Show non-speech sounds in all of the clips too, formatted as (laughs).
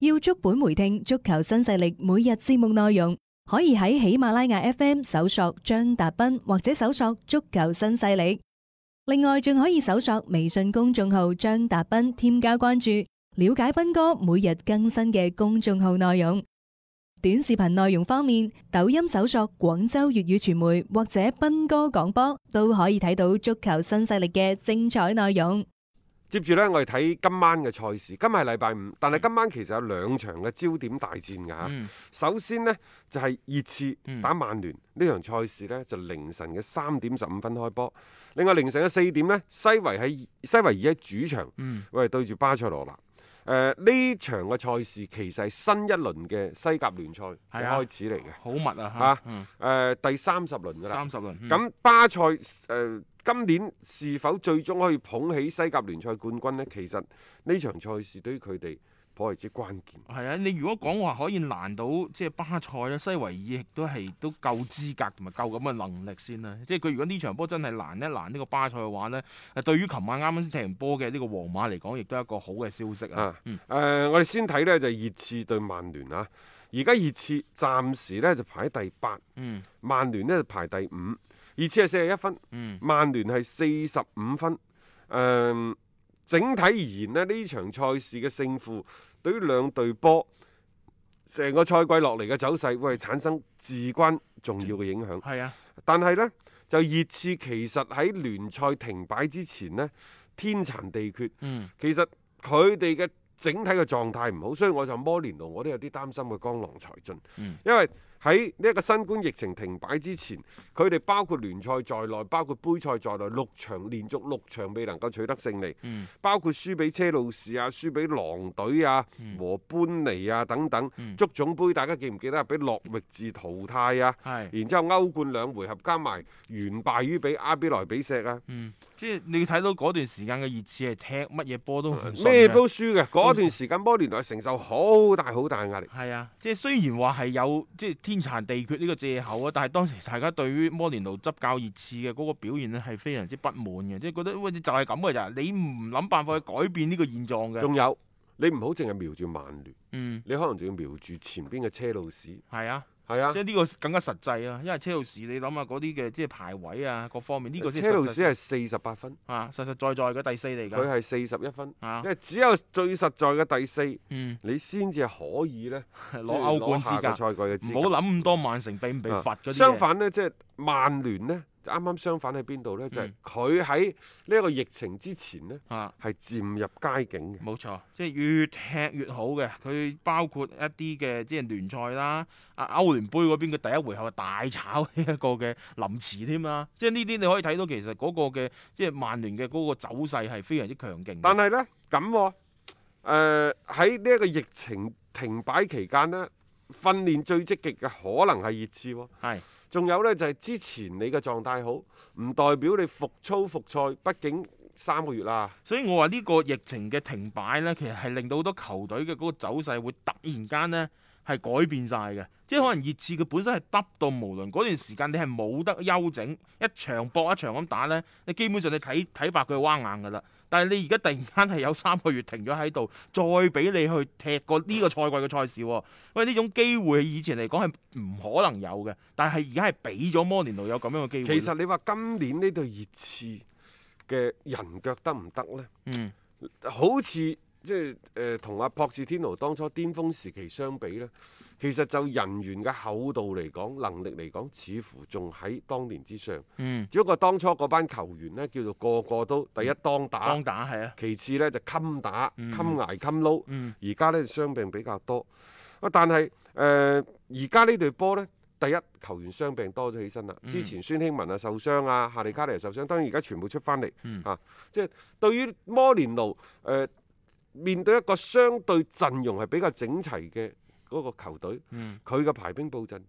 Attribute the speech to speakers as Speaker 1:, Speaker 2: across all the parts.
Speaker 1: 要足本回聽足球新勢力每日節目內容，可以喺喜馬拉雅 FM 搜索張達斌或者搜索足球新勢力。另外，仲可以搜索微信公眾號張達斌，添加關注，了解斌哥每日更新嘅公眾號內容。短視頻內容方面，抖音搜索廣州粵語傳媒或者斌哥廣播，都可以睇到足球新勢力嘅精彩內容。
Speaker 2: 接住呢，我哋睇今晚嘅賽事。今日係禮拜五，但係今晚其實有兩場嘅焦點大戰㗎嚇。
Speaker 3: 嗯
Speaker 2: 首先呢，就係、熱刺
Speaker 3: 嗯
Speaker 2: 啊打曼聯呢、場賽事呢，就凌晨嘅三點十五分開波。另外凌晨嘅四點呢，西維喺西維爾喺主場，
Speaker 3: 嗯
Speaker 2: 喂對住巴塞羅那。誒、呢場嘅賽事其實係新一輪嘅西甲聯賽
Speaker 3: 係
Speaker 2: 嘅
Speaker 3: 啊
Speaker 2: 開始嚟嘅。
Speaker 3: 好密啊！
Speaker 2: 啊
Speaker 3: 嚇嗯，
Speaker 2: 誒、第三十輪㗎啦。
Speaker 3: 三十輪。嗯
Speaker 2: 咁巴塞誒、呃今年是否最終可以捧起西甲聯賽冠軍呢？其實呢場賽事對於佢哋頗為之關鍵。
Speaker 3: 係啊，你如果講話可以難到即係巴塞咧，西維爾亦都係都夠資格同埋夠咁嘅能力先啦。即係佢如果呢場波真係難一難呢個巴塞嘅話呢，誒對於琴晚啱啱先踢完波嘅呢個皇馬嚟講，亦都係一個好嘅消息啊
Speaker 2: 啊。
Speaker 3: 嗯
Speaker 2: 誒、我哋先睇呢就係熱刺對曼聯啊。而家熱刺暫時呢就排喺第八，
Speaker 3: 嗯
Speaker 2: 曼聯呢就排第五。熱刺係四十一分，
Speaker 3: 嗯
Speaker 2: 曼聯係四十五分。誒、整體而言呢，呢場賽事嘅勝負對於兩隊波成個賽季落嚟嘅走勢，會係產生至關重要嘅影響。
Speaker 3: 係啊，
Speaker 2: 但係呢，就熱刺其實喺聯賽停擺之前呢，天殘地缺。
Speaker 3: 嗯
Speaker 2: 其實佢哋嘅整體嘅狀態唔好，所以我就摩連奴我都有啲擔心佢江郎才盡，
Speaker 3: 嗯
Speaker 2: 因為喺呢一個新冠疫情停擺之前，佢哋包括聯賽在內，包括杯賽在內，六場連續六場未能夠取得勝利，
Speaker 3: 嗯
Speaker 2: 包括輸俾車路士啊、輸俾狼隊啊、
Speaker 3: 嗯
Speaker 2: 和班尼啊等等。
Speaker 3: 嗯，
Speaker 2: 足總杯大家記唔記得啊俾諾域治淘汰啊？
Speaker 3: 係。
Speaker 2: 然之後歐冠兩回合加埋完敗於俾阿比萊比錫啊，
Speaker 3: 嗯，即係你睇到嗰段時間嘅熱刺係踢乜嘢波都唔順嘅
Speaker 2: 呃咩都輸嘅。嗰段時間摩連奴係承受好大好大嘅壓力。
Speaker 3: 係啊，即係雖然話係有即係天殘地缺呢個藉口啊，但係當時大家對於摩連奴執教熱刺嘅嗰個表現咧係非常之不滿嘅，即係覺得喂你就係咁嘅咋，你唔諗辦法去改變呢個現狀嘅。
Speaker 2: 仲有你唔好淨係瞄住曼聯，
Speaker 3: 嗯，
Speaker 2: 你可能仲要瞄住前邊嘅車路士。
Speaker 3: 係啊，
Speaker 2: 係啊
Speaker 3: 即，係呢個更加實際啊，因為車路士你諗下嗰啲嘅即係排位啊各方面呢、個先
Speaker 2: 車路
Speaker 3: 實實
Speaker 2: 士係四十八分，
Speaker 3: 啊實實在在嘅第四嚟
Speaker 2: 佢
Speaker 3: 㗎。
Speaker 2: 係四十一分。
Speaker 3: 啊
Speaker 2: 因，為只有最實在嘅第四，
Speaker 3: 嗯，
Speaker 2: 你先至可以呢
Speaker 3: 攞
Speaker 2: 即係
Speaker 3: 歐冠資
Speaker 2: 攞下個
Speaker 3: 格，
Speaker 2: 賽季嘅資
Speaker 3: 唔
Speaker 2: 格。
Speaker 3: 好諗咁多曼城被唔被
Speaker 2: 啊
Speaker 3: 罰嗰啲嘢
Speaker 2: 相，反呢，即係曼聯呢，就啱啱相反喺邊度呢？就係
Speaker 3: 嗯
Speaker 2: 佢喺呢一個疫情之前呢，
Speaker 3: 啊。
Speaker 2: 係漸入佳境嘅。
Speaker 3: 冇錯，即係越踢越好嘅。佢包括一啲嘅即係聯賽啦，啊歐聯杯嗰邊嘅第一回合係啊大炒呢一個嘅林茨添啦。即係呢啲你可以睇到其實嗰個嘅即係曼聯嘅嗰個走勢係非常之強勁嘅。
Speaker 2: 但係呢，咁喎誒喺呢一個疫情停擺期間呢，訓練最積極嘅可能係熱刺喎。
Speaker 3: 係
Speaker 2: 仲有呢，就係、之前你嘅狀態好，唔代表你復操復賽，畢竟三個月啦。
Speaker 3: 所以我話呢個疫情嘅停擺呢，其實係令到好多球隊嘅嗰個走勢會突然間呢係改變晒嘅。即係可能熱刺佢本身係耷到無論嗰段時間你係冇得休整，一場搏一場咁打呢，你基本上你睇睇白佢係彎硬㗎啦。但係你而家突然間係有三個月停咗喺度，再俾你去踢過呢個賽季嘅賽事喎，喂呢種機會以前嚟講係唔可能有嘅，但係而家係俾咗摩連奴有咁樣嘅機會。
Speaker 2: 其實你話今年呢隊熱刺嘅人腳得唔得呢？
Speaker 3: 嗯
Speaker 2: 好似即係誒同阿博士天奴當初巔峰時期相比呢，其實就人員嘅厚度嚟講，能力嚟講，似乎仲喺當年之上。
Speaker 3: 嗯，
Speaker 2: 只不過當初嗰班球員呢，叫做個個都第一當打，
Speaker 3: 當打係啊，
Speaker 2: 其次呢就襟打、
Speaker 3: 嗯
Speaker 2: 襟捱、襟撈。
Speaker 3: 嗯
Speaker 2: 而家呢傷病比較多，啊但係誒呃而家呢隊波呢，第一球員傷病多咗起身啦。
Speaker 3: 嗯
Speaker 2: 之前孫興文啊受傷啊，夏利卡尼又受傷，當然而家全部出翻嚟。
Speaker 3: 嗯
Speaker 2: 啊，即係對於摩連奴誒、呃面對一個相對陣容係比較整齊嘅嗰個球隊，
Speaker 3: 嗯。
Speaker 2: 佢嘅排兵布陣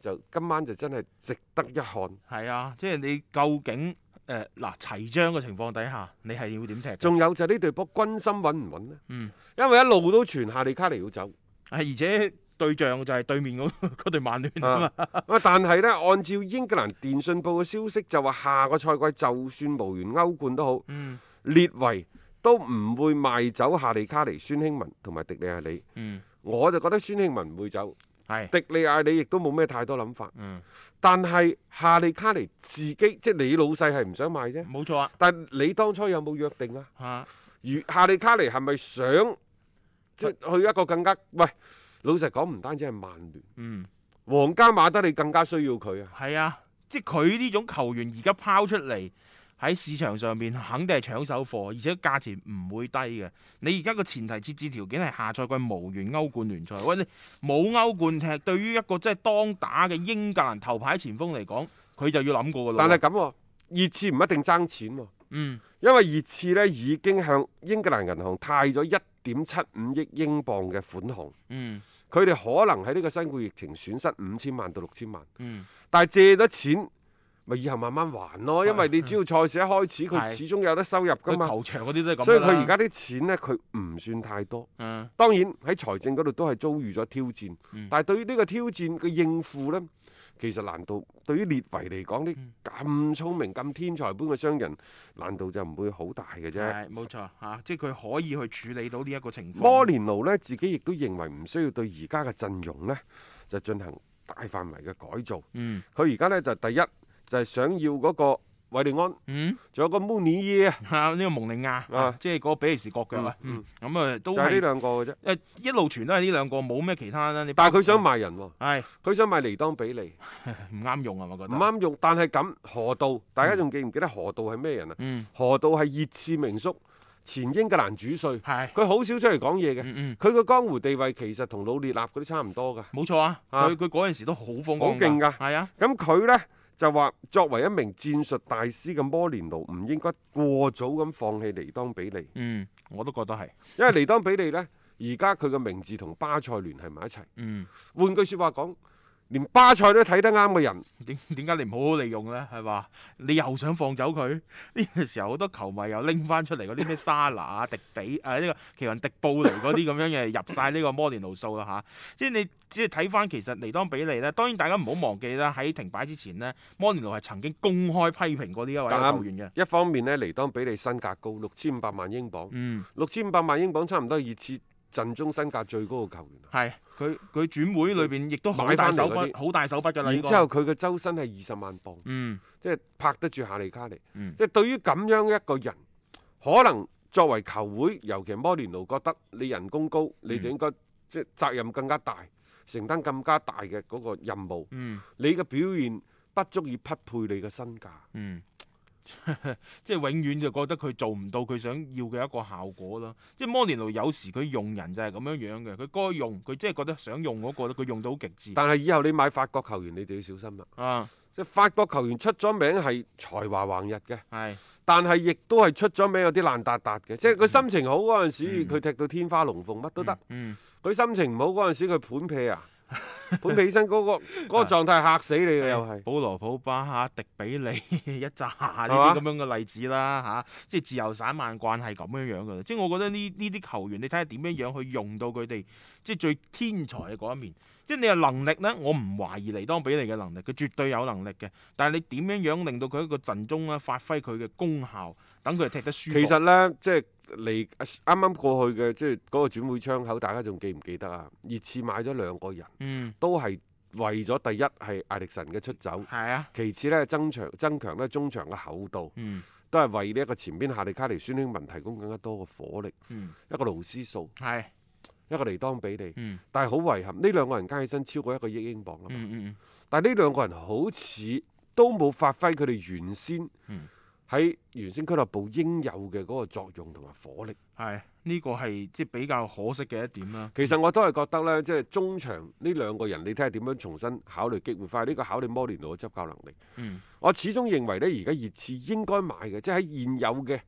Speaker 2: 就今晚就真係值得一看。
Speaker 3: 係啊，即係你究竟誒嗱齊章嘅情況底下，你係要點踢嘅？
Speaker 2: 仲有就係呢隊波軍心穩唔穩呢？
Speaker 3: 嗯，
Speaker 2: 因為一路都傳夏利卡尼要走。 (laughs)
Speaker 3: 係而且對象就係對面嗰 (laughs) 嗰隊曼聯啊嘛。
Speaker 2: 啊！咁啊但係呢，按照英格蘭電訊報嘅消息，就話下個賽季就算無緣歐冠都好，
Speaker 3: 嗯
Speaker 2: 列維都唔會賣走夏利卡尼、孫興文同埋迪利亞里。
Speaker 3: 嗯，
Speaker 2: 我就覺得孫興文唔會走，
Speaker 3: 係，
Speaker 2: 迪利亞里亦都冇咩太多諗法。
Speaker 3: 嗯，
Speaker 2: 但係夏利卡尼自己即係你老細係唔想賣啫，
Speaker 3: 冇錯啊，
Speaker 2: 但你當初有冇約定啊？
Speaker 3: 嚇，
Speaker 2: 而夏利卡尼係咪想即係去一個更加喂？老實講，唔單止係曼聯，
Speaker 3: 嗯，
Speaker 2: 皇家馬德里更加需要佢啊！
Speaker 3: 係啊，即係佢呢種球員而家拋出嚟喺市場上面，肯定係搶手貨，而且價錢唔會低嘅。你而家個前提設置條件係下賽季無緣歐冠聯賽，喂，你冇歐冠踢，對於一個即係當打嘅英格蘭頭牌前鋒嚟講，佢就要諗過噶啦。
Speaker 2: 但係咁喎，熱刺唔一定爭錢喎、
Speaker 3: 嗯，
Speaker 2: 因為熱刺呢已經向英格蘭銀行貸咗一點七五億英鎊嘅款項，
Speaker 3: 嗯
Speaker 2: 佢哋可能喺呢個新冠疫情損失五千萬到六千萬，
Speaker 3: 嗯
Speaker 2: 但係借咗錢咪以後慢慢還咯，因為你只要賽事一開始，佢
Speaker 3: 係
Speaker 2: 始終有得收入噶
Speaker 3: 佢
Speaker 2: 嘛，
Speaker 3: 球場嗰啲都係咁㗎啦。
Speaker 2: 啊所以佢而家啲錢呢，佢唔算太多。
Speaker 3: 嗯
Speaker 2: 當然喺財政嗰度都係遭遇咗挑戰，
Speaker 3: 嗯
Speaker 2: 但係對於呢個挑戰嘅應付呢，其實難度對於列維嚟講，呢
Speaker 3: 嗯
Speaker 2: 咁聰明、咁天才般嘅商人，難度就唔會好大嘅啫。
Speaker 3: 係冇錯嚇、啊即係佢可以去處理到呢一個情況。
Speaker 2: 摩連奴呢，自己亦都認為唔需要對而家嘅陣容呢，就進行大範圍嘅改造。
Speaker 3: 嗯
Speaker 2: 佢而家呢，就第一就係、想要嗰個韋利安，
Speaker 3: 嗯 (laughs)
Speaker 2: 仲有個穆尼耶啊，
Speaker 3: 嚇呢、個蒙利亞
Speaker 2: 啊
Speaker 3: 啊，即係嗰個比利時國腳啊，
Speaker 2: 嗯
Speaker 3: 嗯咁啊、都
Speaker 2: 就係呢
Speaker 3: 係
Speaker 2: 兩個嘅啫。
Speaker 3: 誒一路傳都係呢兩個，冇咩其他啦。你
Speaker 2: 但係佢想賣人喎，
Speaker 3: 係
Speaker 2: 佢想賣尼當比利，
Speaker 3: 唔啱用啊，我覺
Speaker 2: 唔
Speaker 3: 得
Speaker 2: 啱用。但係咁河道，大家仲記唔記得河道係咩人啊？
Speaker 3: 嗯
Speaker 2: 河道係熱刺名宿，前英格蘭主帥，
Speaker 3: 係
Speaker 2: 佢好少出嚟講嘢嘅。
Speaker 3: 嗯嗯
Speaker 2: 佢個江湖地位其實同老列納嗰啲差唔多㗎。
Speaker 3: 冇錯啊，
Speaker 2: 啊
Speaker 3: 佢佢嗰陣時都好風光
Speaker 2: 好勁㗎
Speaker 3: 係啊
Speaker 2: 咁佢呢，就話，作為一名戰術大師嘅摩連奴，唔應該過早咁放棄尼當比利，
Speaker 3: 嗯我都覺得係
Speaker 2: 因為尼當比利呢，而家佢嘅名字同巴塞聯繫埋一齊。
Speaker 3: 嗯
Speaker 2: 換句説話講，連巴塞都睇得啱嘅人，
Speaker 3: 點點解你唔好好利用咧係嘛？你又想放走佢 (laughs) 呢、個時候好多球迷又拎翻出嚟嗰
Speaker 2: (laughs)
Speaker 3: 啲咩沙拿啊、迪比啊呢、個奇雲迪布尼嗰啲咁樣嘅入晒呢個摩連奴數啦吓，即係你即係睇翻其實尼當比利咧，當然大家唔好忘記啦，喺停擺之前呢，摩連奴係曾經公開批評過呢一位
Speaker 2: 但
Speaker 3: 球員嘅。
Speaker 2: 一方面呢，尼當比利身價高，六千五百萬英鎊，
Speaker 3: 嗯，
Speaker 2: 六千五百萬英鎊差唔多係熱刺陣中身價最高嘅球員。啊
Speaker 3: 係佢佢轉會裏邊亦都好
Speaker 2: 買
Speaker 3: 大
Speaker 2: 返
Speaker 3: 手
Speaker 2: 嚟嗰
Speaker 3: 筆，好大手筆㗎啦。呢
Speaker 2: 然
Speaker 3: 個
Speaker 2: 之後佢嘅周身係二十萬磅，
Speaker 3: 嗯
Speaker 2: 即係拍得住夏利卡尼。
Speaker 3: 嗯
Speaker 2: 即係對於咁樣一個人，可能作為球會，尤其摩連奴覺得你人工高，你就應該、即係責任更加大，承擔更加大嘅嗰個任務。
Speaker 3: 嗯
Speaker 2: 你嘅表現不足以匹配你嘅身價。
Speaker 3: 嗯， (laughs) 即係永遠就覺得佢做唔到佢想要嘅一個效果啦。即係摩連奴有時佢用人就係咁樣樣嘅，佢該用佢即係覺得想用嗰、個佢用到好極致
Speaker 2: 但係以後你買法國球員，你就要小心啦。
Speaker 3: 啊，
Speaker 2: 即係法國球員出咗名係才華橫溢嘅，
Speaker 3: 係
Speaker 2: 但係亦都係出咗名有啲爛達達嘅。即係佢心情好嗰陣時，
Speaker 3: 嗯
Speaker 2: 佢踢到天花龍鳳，乜都得。
Speaker 3: 嗯
Speaker 2: 佢心情唔好嗰陣時，佢盤屁
Speaker 3: (laughs)
Speaker 2: 啊，盤屁起身嗰、個嗰、個狀態嚇死你
Speaker 3: 啊
Speaker 2: 嘅又係。
Speaker 3: 保羅普巴嚇、迪比利 (laughs) 一扎呢
Speaker 2: 嘛
Speaker 3: 啲咁樣嘅例子啦嚇、即係自由散漫慣係咁樣樣嘅。即係我覺得呢呢啲球員，你睇下點樣樣去用到佢哋，即係最天才嘅嗰一面。即係你有能力呢，我唔懷疑尼當比利嘅能力，佢絕對有能力嘅。但係你點樣樣令到佢喺個陣中咧發揮佢嘅功效，等佢踢得舒服。
Speaker 2: 其實呢，即係嚟啱啱過去嘅，即係嗰個轉會窗口，大家仲記唔記得啊？熱刺買咗兩個人，
Speaker 3: 嗯，
Speaker 2: 都係為咗第一係艾力神嘅出走，
Speaker 3: 係啊，
Speaker 2: 其次呢，增長增強呢中場嘅厚度，
Speaker 3: 嗯
Speaker 2: 都係為呢一個前邊夏利卡尼、孫興文提供更加多嘅火力。
Speaker 3: 嗯，
Speaker 2: 一個勞斯數，
Speaker 3: 係，
Speaker 2: 一個尼當比利，
Speaker 3: 嗯
Speaker 2: 但係好遺憾，呢兩個人加起身超過一個億英鎊啦啊
Speaker 3: 嗯。嗯
Speaker 2: 但係呢兩個人好似都冇發揮佢哋原先
Speaker 3: 嗯
Speaker 2: 喺原先俱樂部應有嘅嗰個作用同埋火力。
Speaker 3: 嗯，係呢個係即係比較可惜嘅一點啦。
Speaker 2: 其實我都係覺得呢，即係中場呢兩個人，你睇下點樣重新考慮激活翻呢個考慮摩連奴嘅執教能力。
Speaker 3: 嗯
Speaker 2: 我始終認為呢，而家熱刺應該買嘅，即係喺現有嘅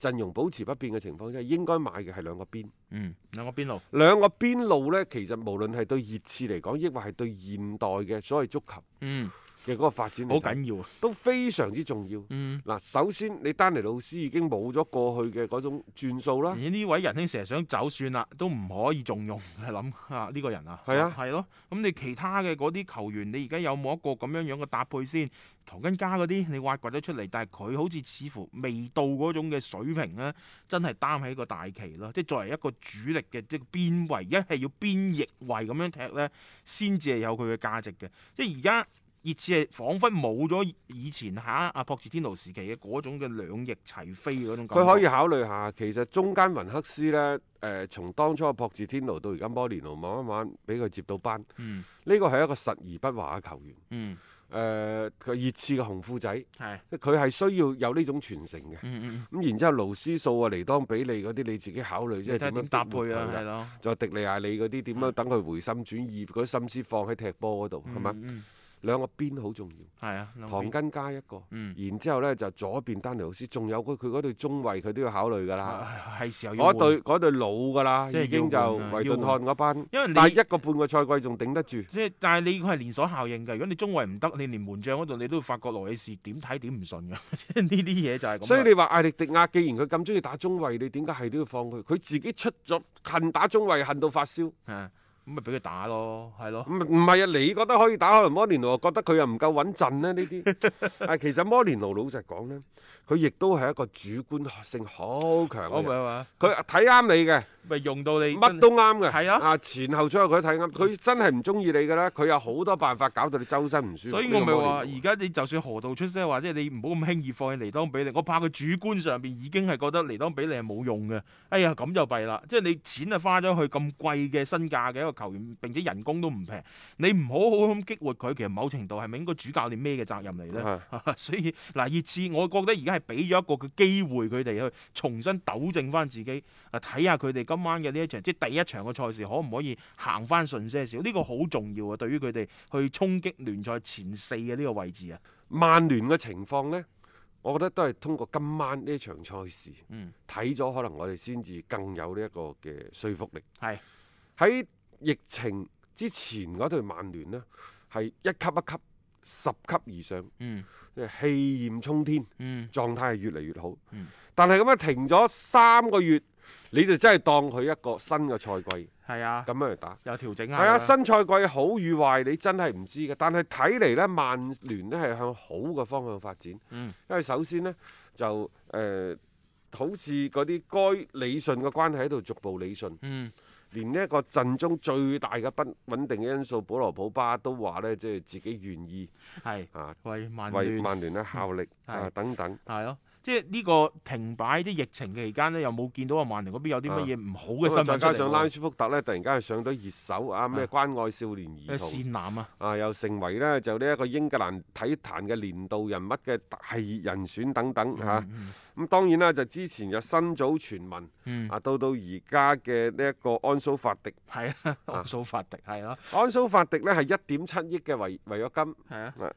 Speaker 2: 陣容保持不變嘅情況之下，應該買嘅係兩個邊。
Speaker 3: 嗯，兩個邊路。
Speaker 2: 兩個邊路呢，其實無論係對熱刺嚟講，抑或係對現代嘅所謂足球，
Speaker 3: 嗯，
Speaker 2: 嘅嗰個發展
Speaker 3: 好
Speaker 2: 嚟睇，
Speaker 3: 緊要啊。
Speaker 2: 都非常之重要。
Speaker 3: 嗯，
Speaker 2: 嗱，首先你丹尼老師已經冇咗過去嘅嗰種轉數啦，
Speaker 3: 呢位仁兄成日想走算啦，都唔可以重用，係諗
Speaker 2: (laughs)
Speaker 3: 啊呢個人啊，
Speaker 2: 係啊
Speaker 3: 係咯。咁你其他嘅嗰啲球員，你而家有冇一個咁樣樣嘅搭配先？頭根加嗰啲你挖掘咗出嚟，但係佢好似似乎未到嗰種嘅水平咧，真係擔起個大旗咯。即係作為一個主力嘅即係邊位，一係要邊翼位咁樣踢咧，先至係有佢嘅價值嘅。即係而家。熱刺係彷彿冇咗以前嚇阿博士天奴時期嘅嗰種嘅兩翼齊飛嗰種感覺。
Speaker 2: 佢可以考慮下。其實中間雲克斯呢，誒、從當初嘅博治天奴到而家摩連奴，慢慢慢慢俾佢接到班，
Speaker 3: 嗯
Speaker 2: 呢個係一個實而不華嘅球員。
Speaker 3: 嗯
Speaker 2: 誒，佢熱刺嘅紅褲仔，
Speaker 3: 係
Speaker 2: 即係佢係需要有呢種傳承嘅。
Speaker 3: 嗯嗯，
Speaker 2: 咁然之後，勞斯數啊、尼當比利嗰啲，你自己考慮即
Speaker 3: 即係
Speaker 2: 係
Speaker 3: 睇
Speaker 2: 點
Speaker 3: 點
Speaker 2: 樣
Speaker 3: 搭配啊，
Speaker 2: 逼活
Speaker 3: 係
Speaker 2: 佢
Speaker 3: 嗯咯，
Speaker 2: 再迪利亞利嗰啲點樣等佢回心轉意，嗰啲心思放喺踢波嗰度，係嘛？
Speaker 3: 嗯？嗯
Speaker 2: 兩個邊好重要，
Speaker 3: 係啊，兩
Speaker 2: 唐
Speaker 3: 邊
Speaker 2: 根加一個，
Speaker 3: 嗯，
Speaker 2: 然之後呢，就左邊丹尼老師，仲有佢佢嗰對中衞佢都要考慮㗎啦。
Speaker 3: 係係時候
Speaker 2: 嗰
Speaker 3: 要換，
Speaker 2: 啊對嗰對老㗎啦，
Speaker 3: 即係
Speaker 2: 已經就
Speaker 3: 要換啊
Speaker 2: 維
Speaker 3: 要
Speaker 2: 頓漢嗰班，
Speaker 3: 因為
Speaker 2: 但
Speaker 3: 你
Speaker 2: 係一個半個賽季仲頂得住。
Speaker 3: 即係但係你係連鎖效應㗎。如果你中衞唔得，你連門將嗰度你都會發覺羅里士點睇點唔順㗎。 (laughs) 即係呢啲嘢就係咁啦。
Speaker 2: 所以你話艾力迪亞，既然佢咁中意打中衞，你點解係都要放佢？佢自己出咗恨打中衞，恨到發燒。
Speaker 3: 啊咁咪俾佢打咯，係咯
Speaker 2: 唔。唔係啊，你覺得可以打，可能摩連奴又覺得佢又唔夠穩陣咧。呢啲啊，其實摩連奴老實講呢，佢亦都係一個主觀性好強嘅
Speaker 3: 我哦咪
Speaker 2: 人。
Speaker 3: 話
Speaker 2: 佢睇啱你嘅，
Speaker 3: 咪用到你
Speaker 2: 乜都啱嘅。
Speaker 3: 係啊嗯
Speaker 2: 前後左右佢都睇啱。佢真係唔中意你㗎啦，佢有好多辦法搞到你周身唔舒服。
Speaker 3: 所以
Speaker 2: 呢
Speaker 3: 我
Speaker 2: 個
Speaker 3: 咪話，
Speaker 2: 摩連奴
Speaker 3: 而家你就算河道出聲話，即係你唔好咁輕易放棄尼當比利，我怕佢主觀上邊已經係覺得尼當比利係冇用嘅。哎呀，咁就弊啦！即係你錢啊花咗去咁貴嘅身價嘅一個球員，並且人工都唔平，你唔好好咁激活佢，其實某程度係咪應該主教練咩嘅責任嚟呢？
Speaker 2: 啊
Speaker 3: 所以嗱，熱刺我覺得而家係俾咗一個嘅機會佢哋去重新糾正翻自己，啊睇下佢哋今晚嘅呢一場，即係第一場嘅賽事可唔可以行翻順些少？呢、個好重要啊，對於佢哋去衝擊聯賽前四嘅呢個位置啊。
Speaker 2: 曼聯嘅情況
Speaker 3: 啊
Speaker 2: 呢，我覺得都係通過今晚呢場賽事
Speaker 3: 嗯，
Speaker 2: 睇咗，可能我哋先至更有呢一個嘅說服力。
Speaker 3: 係
Speaker 2: 喺疫情之前嗰隊曼聯呢，係一級一級十級以上，
Speaker 3: 嗯
Speaker 2: 即係氣焰衝天，
Speaker 3: 嗯
Speaker 2: 狀態係越嚟越好。
Speaker 3: 嗯
Speaker 2: 但係咁樣停咗三個月，你就真係當佢一個新嘅賽季
Speaker 3: 係啊，
Speaker 2: 咁樣嚟打。
Speaker 3: 有調整下
Speaker 2: 係啊，
Speaker 3: 啦。
Speaker 2: 新賽季好與壞你真係唔知嘅，但係睇嚟呢，曼聯呢係向好嘅方向發展。
Speaker 3: 嗯
Speaker 2: 因為首先呢，就誒、呃好似嗰啲該理順嘅關係喺度逐步理順，
Speaker 3: 嗯
Speaker 2: 連呢一個陣中最大嘅不穩定嘅因素，保羅普巴都話呢，即係自己願意
Speaker 3: 係
Speaker 2: 啊
Speaker 3: 為曼
Speaker 2: 為
Speaker 3: 聯嗯
Speaker 2: 曼聯呢效力
Speaker 3: 係
Speaker 2: 啊等等。
Speaker 3: 係咯。即係呢個停擺，即係疫情嘅期間呢，又冇見到啊曼聯嗰邊有啲乜嘢唔好嘅新
Speaker 2: 咁啊再
Speaker 3: 聞出嚟
Speaker 2: 加
Speaker 3: 喎
Speaker 2: 上拉舒福特呢，突然間係上到熱搜啊，咩
Speaker 3: 啊
Speaker 2: 關愛少年
Speaker 3: 誒
Speaker 2: 兒童。
Speaker 3: 善男啊，
Speaker 2: 啊，又成為呢，就呢一個英格蘭體壇嘅年度人物嘅大人選等等嚇。咁、
Speaker 3: 嗯
Speaker 2: 當然啦，就之前有新組傳聞，
Speaker 3: 嗯
Speaker 2: 啊到到而家嘅呢一個安蘇法迪，
Speaker 3: 係啊，奧數法迪係咯，
Speaker 2: 安蘇法迪呢係一點七億嘅違違約金，誒、
Speaker 3: 係啊，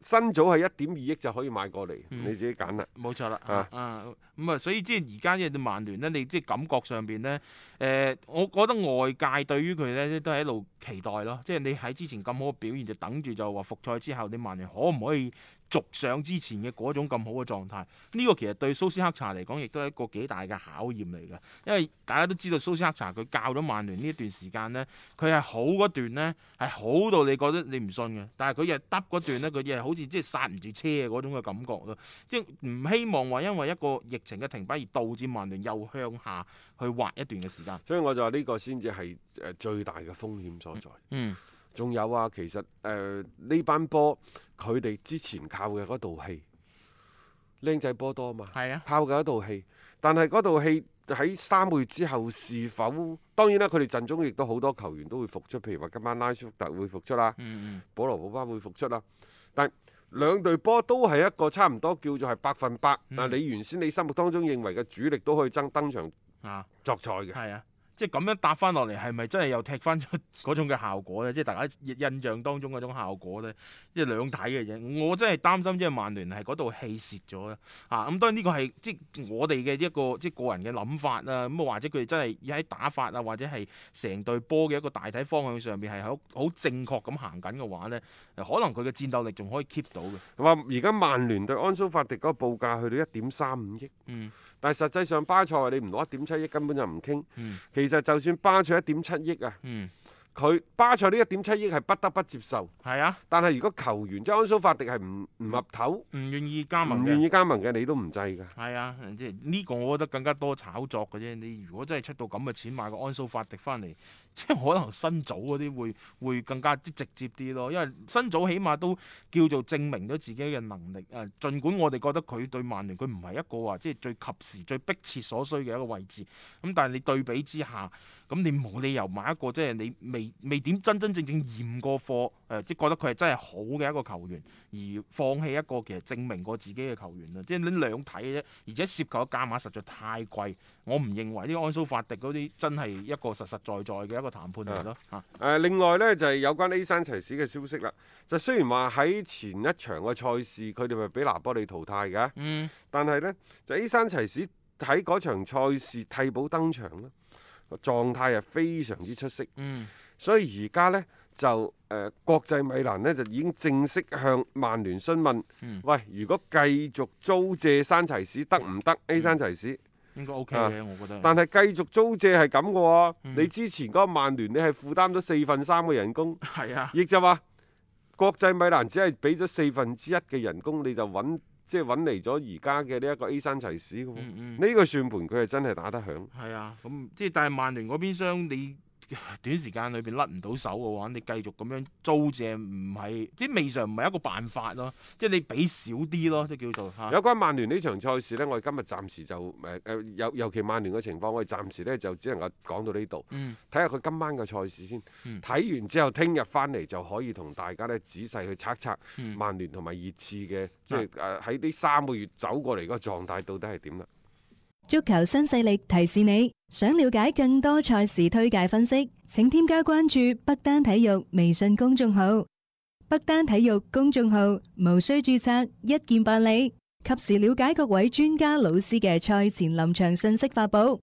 Speaker 2: 新組係一點二億就可以買過嚟，
Speaker 3: 嗯
Speaker 2: 你自己揀啦。
Speaker 3: 冇錯啦，啊
Speaker 2: 啊
Speaker 3: 啊咁啊，所以即係而家嘅曼聯咧，你即係感覺上邊咧，誒、我覺得外界對於佢咧都係一路期待咯，即係你喺之前咁好嘅表現，就等住就話復賽之後，你曼聯可唔可以續上之前嘅嗰種咁好嘅狀態？呢、個其實對蘇斯克查嚟講，亦都係一個幾大嘅考驗嚟㗎，因為大家都知道蘇斯克查佢教咗曼聯呢一段時間咧，佢係好嗰段咧係好到你覺得你唔信嘅，但係佢又得嗰段咧，佢又係好似即係剎唔住車嘅嗰種嘅感覺咯，即係唔希望話因為一個疫情嘅停擺而導致曼聯又向下去滑一段嘅時間。
Speaker 2: 所以我就話呢個先至係誒最大嘅風險所在。
Speaker 3: 嗯，
Speaker 2: 仲有啊，其實誒呢、班波佢哋之前靠嘅嗰道氣，僆仔波多嘛。
Speaker 3: 係啊，
Speaker 2: 靠嘅一套戲，但係嗰套戲喺三個月之後是否？當然啦，佢哋陣中亦都好多球員都會復出，譬如話今晚拉舒福特會復出啦，
Speaker 3: 嗯
Speaker 2: 保羅普巴會復出啦。但兩隊波都係一個差唔多叫做係百分百，
Speaker 3: 嗯
Speaker 2: 啊、你原先你心目當中認為嘅主力都可以爭登場
Speaker 3: 嗯，啊，
Speaker 2: 作賽嘅。
Speaker 3: 係啊。即係咁樣搭翻落嚟，係咪真係又踢翻出 (laughs) 嗰種嘅效果咧？即係大家印象當中嗰種效果咧，即係兩睇嘅嘢。我真係擔心，即係曼聯係嗰度氣蝕咗啦。啊，咁當然呢個係即係我哋嘅一個即係個人嘅諗法啦。咁啊或者佢哋真係喺打法啊，或者係成隊波嘅一個大體方向上面係好好正確咁行緊嘅話咧，可能佢嘅戰鬥力仲可以 keep 到嘅。
Speaker 2: 話啊而家曼聯對安蘇法迪嗰個報價去到一點三五億，
Speaker 3: 嗯
Speaker 2: 但係實際上巴塞你唔攞一點七億根本就唔傾。
Speaker 3: 嗯
Speaker 2: 其實就算巴塞一點七億啊，
Speaker 3: 嗯，
Speaker 2: 佢巴塞呢一點七億係不得不接受，
Speaker 3: 係啊，
Speaker 2: 但係如果球員即係安蘇法迪係唔唔合頭，
Speaker 3: 唔願意嗯加盟
Speaker 2: 唔
Speaker 3: 嘅
Speaker 2: 願意加盟嘅，你都唔制㗎。
Speaker 3: 係啊，即係呢個我覺得更加多炒作嘅啫。你如果真係出到咁嘅錢買個安蘇法迪翻嚟， (laughs) 即係可能新組嗰啲會會更加即直接啲咯。因為新組起碼都叫做證明咗自己嘅能力。誒、儘管我哋覺得佢對曼聯佢唔係一個話即係最及時、最迫切所需嘅一個位置，咁但係你對比之下，咁你冇理由買一個即係你未未點真真正正驗過貨，誒、呃即係覺得佢係真係好嘅一個球員。而放棄一個其實證明過自己嘅球員啊啦，即係你兩睇嘅啫，而且涉及嘅價碼實在太貴，我唔認為呢個安蘇法迪嗰啲真係一個實實在在嘅一個談判
Speaker 2: 啊
Speaker 3: 嚟咯啊嚇。
Speaker 2: 誒、另外呢，就係、有關 A 山齊士嘅消息啦，就雖然話喺前一場嘅賽事佢哋咪俾拿波利淘汰嘅，
Speaker 3: 嗯，
Speaker 2: 但係呢，就 A 山齊士喺嗰場賽事替補登場啦，個狀態係非常之出色，
Speaker 3: 嗯，
Speaker 2: 所以而家呢，就誒、呃、國際米蘭呢，就已經正式向曼聯詢問，
Speaker 3: 嗯
Speaker 2: 喂，如果繼續租借山齊士得唔得？A
Speaker 3: 嗯
Speaker 2: 山齊士，
Speaker 3: 應該 OK 嘅，我覺得。
Speaker 2: 啊但係繼續租借係咁嘅喎，
Speaker 3: 嗯
Speaker 2: 你之前嗰個曼聯你係負擔咗四分三嘅人工。
Speaker 3: (laughs) 係啊，
Speaker 2: 亦就話國際米蘭只係俾咗四分之一嘅人工，你就揾即係揾嚟咗而家嘅呢一個 A 山齊士嘅喎。呢、
Speaker 3: 嗯嗯，
Speaker 2: 個算盤佢係真係打得響。
Speaker 3: 係啊，咁即係但係曼聯嗰邊傷你。 (laughs) 短時間裏邊甩唔到手嘅話，你繼續咁樣租借唔係，即係未嘗唔係一個辦法咯。即係你俾少啲咯，即係叫做啊嚇。
Speaker 2: 有關曼聯呢場賽事呢，我哋今日暫時就誒誒、呃尤尤其曼聯嘅情況，我哋暫時呢就只能夠講到呢度。
Speaker 3: 嗯
Speaker 2: 睇下佢今晚嘅賽事先，
Speaker 3: 嗯
Speaker 2: 睇、完之後，聽日翻嚟就可以同大家呢仔細去測測
Speaker 3: 嗯
Speaker 2: 曼聯同埋熱刺嘅，即係
Speaker 3: 啊
Speaker 2: 誒喺呢三個月走過嚟嗰個狀態到底係點啦。
Speaker 1: 足球新勢力提示你，想了解更多賽事推介分析，請添加關注北單體育微信公眾號。北單體育公眾號無需註冊，一鍵辦理，及時了解各位專家老師嘅賽前臨場信息發布。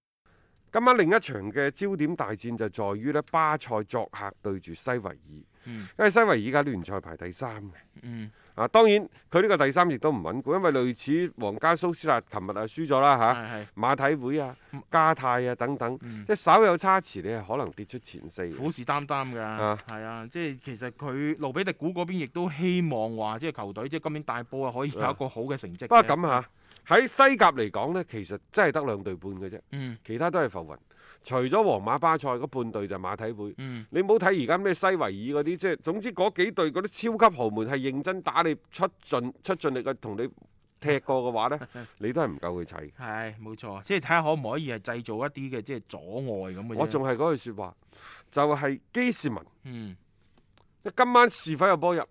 Speaker 2: 今晚另一場嘅焦點大戰就在於咧巴塞作客對住西維爾，
Speaker 3: 嗯
Speaker 2: 因為西維爾而家聯賽排第三嘅。
Speaker 3: 嗯
Speaker 2: 啊，當然佢呢個第三亦都唔穩固，因為類似皇家蘇斯達琴日啊輸咗啦
Speaker 3: 係
Speaker 2: 嚇，
Speaker 3: 係
Speaker 2: 馬體會啊
Speaker 3: 嗯、
Speaker 2: 加泰啊等等，
Speaker 3: 嗯
Speaker 2: 即。係稍有差池，你係可能跌出前四嘅。
Speaker 3: 虎視眈眈㗎，係
Speaker 2: 啊
Speaker 3: 啊即係其實佢盧比迪古嗰邊亦都希望話，即係球隊即係今年大波啊，可以有一個好嘅成績嘅。
Speaker 2: 不過咁嚇，喺西甲嚟講呢，其實真係得兩隊半嘅啫，
Speaker 3: 嗯
Speaker 2: 其他都係浮雲。除咗皇馬、巴塞嗰半隊就馬體會。
Speaker 3: 嗯
Speaker 2: 你唔好睇而家咩西維爾嗰啲，即係總之嗰幾隊嗰啲超級豪門係認真打你出盡 (laughs) 出盡力嘅同你踢過嘅話呢，你都係唔夠佢砌。
Speaker 3: 係冇錯，即係睇下可唔可以係製造一啲嘅即係阻礙咁嘅啫。
Speaker 2: 我仲係嗰句説話，就係、基士文，
Speaker 3: 嗯
Speaker 2: 今晚是否有波入？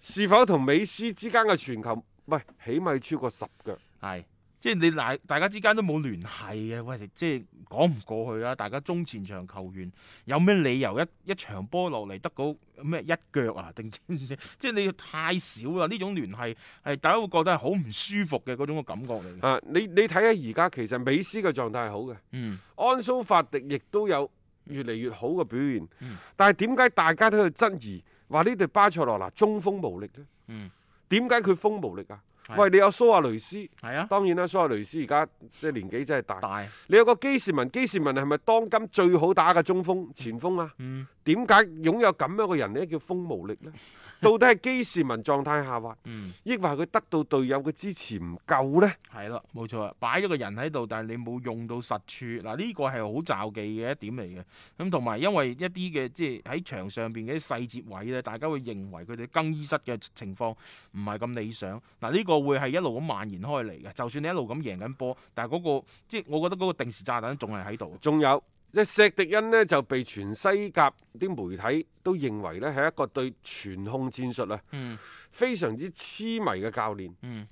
Speaker 2: 是否同美斯之間嘅傳球，喂，起碼要超過十腳。
Speaker 3: 係。即係你大大家之間都冇聯繫嘅，喂，即係講唔過去啦。大家中前場球員有咩理由一一場波落嚟得嗰咩一腳啊？定 (laughs) 即係你太少啦！呢種聯繫係大家會覺得係好唔舒服嘅嗰種嘅感覺嚟嘅。
Speaker 2: 啊，你你睇下而家其實美斯嘅狀態係好嘅，
Speaker 3: 嗯
Speaker 2: 安蘇法迪亦都有越嚟越好嘅表現。
Speaker 3: 嗯
Speaker 2: 但係點解大家都喺度質疑話呢隊巴塞羅那中鋒無力呢？
Speaker 3: 嗯，
Speaker 2: 點解佢風無力啊？
Speaker 3: 係
Speaker 2: 喂，你有蘇亞雷斯，
Speaker 3: 係啊，
Speaker 2: 當然啦，蘇亞雷斯而家即係年紀真係大。
Speaker 3: 大。
Speaker 2: 你有個基士文，基士文係咪當今最好打嘅中鋒、前鋒啊？
Speaker 3: 嗯
Speaker 2: 點解擁有咁樣嘅人呢？叫風無力呢？到底係基士文狀態下滑，
Speaker 3: 嗯，
Speaker 2: 抑或係佢得到隊友嘅支持唔夠呢？
Speaker 3: 係啦，冇錯啊，擺咗個人喺度，但係你冇用到實處，嗱呢個係好罩忌嘅一點嚟嘅。咁同埋因為一啲嘅即係喺場上邊嘅啲細節位咧，大家會認為佢哋更衣室嘅情況唔係咁理想。嗱呢個會係一路咁蔓延開嚟嘅。就算你一路咁贏緊波，但係嗰、個即係我覺得嗰個定時炸彈仲係喺度。
Speaker 2: 仲有即係石迪恩呢，就被全西甲啲媒體都認為呢係一個對傳控戰術啊
Speaker 3: 嗯
Speaker 2: 非常之痴迷嘅教練。
Speaker 3: 嗯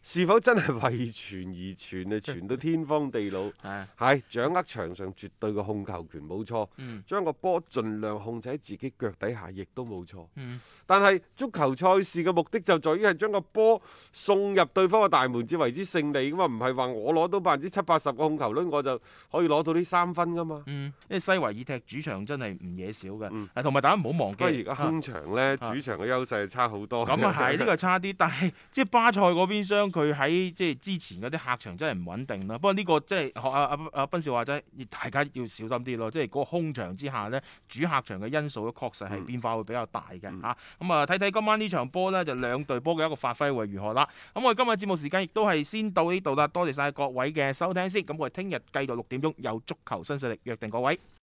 Speaker 2: 是否真係為傳而傳啊？傳到天荒地老，
Speaker 3: 係
Speaker 2: 係掌握場上絕對嘅控球權冇錯，
Speaker 3: 嗯
Speaker 2: 將個波盡量控制喺自己腳底下，亦都冇錯。
Speaker 3: 嗯
Speaker 2: 但係足球賽事嘅目的就在於係將個波送入對方嘅大門至為之勝利噶啊嘛，唔係話我攞到百分之七八十嘅控球率，我就可以攞到呢三分噶嘛。
Speaker 3: 嗯，因為西維爾踢主場真係唔嘢少
Speaker 2: 嗯
Speaker 3: 嘅，啊同埋大家唔好忘
Speaker 2: 不
Speaker 3: 記
Speaker 2: 過而家
Speaker 3: 啊
Speaker 2: 空場呢，
Speaker 3: 啊
Speaker 2: 主場嘅優勢係差好多。 (laughs)
Speaker 3: 咁啊係呢個差啲，但係即係巴塞嗰邊相佢喺即係之前嗰啲客場真係唔穩定啦。不過呢個即係學阿阿阿斌少話齋，大家要小心啲咯。即係嗰個空場之下呢，主客場嘅因素咧確實係
Speaker 2: 嗯
Speaker 3: 變化會比較大嘅嚇。
Speaker 2: 嗯
Speaker 3: 咁啊睇睇今晚呢場波呢，就兩隊波嘅一個發揮會如何啦。咁我哋今日節目時間亦都係先到呢度啦，多謝晒各位嘅收聽先。咁我哋聽日繼續六點鐘有足球新勢力約定各位。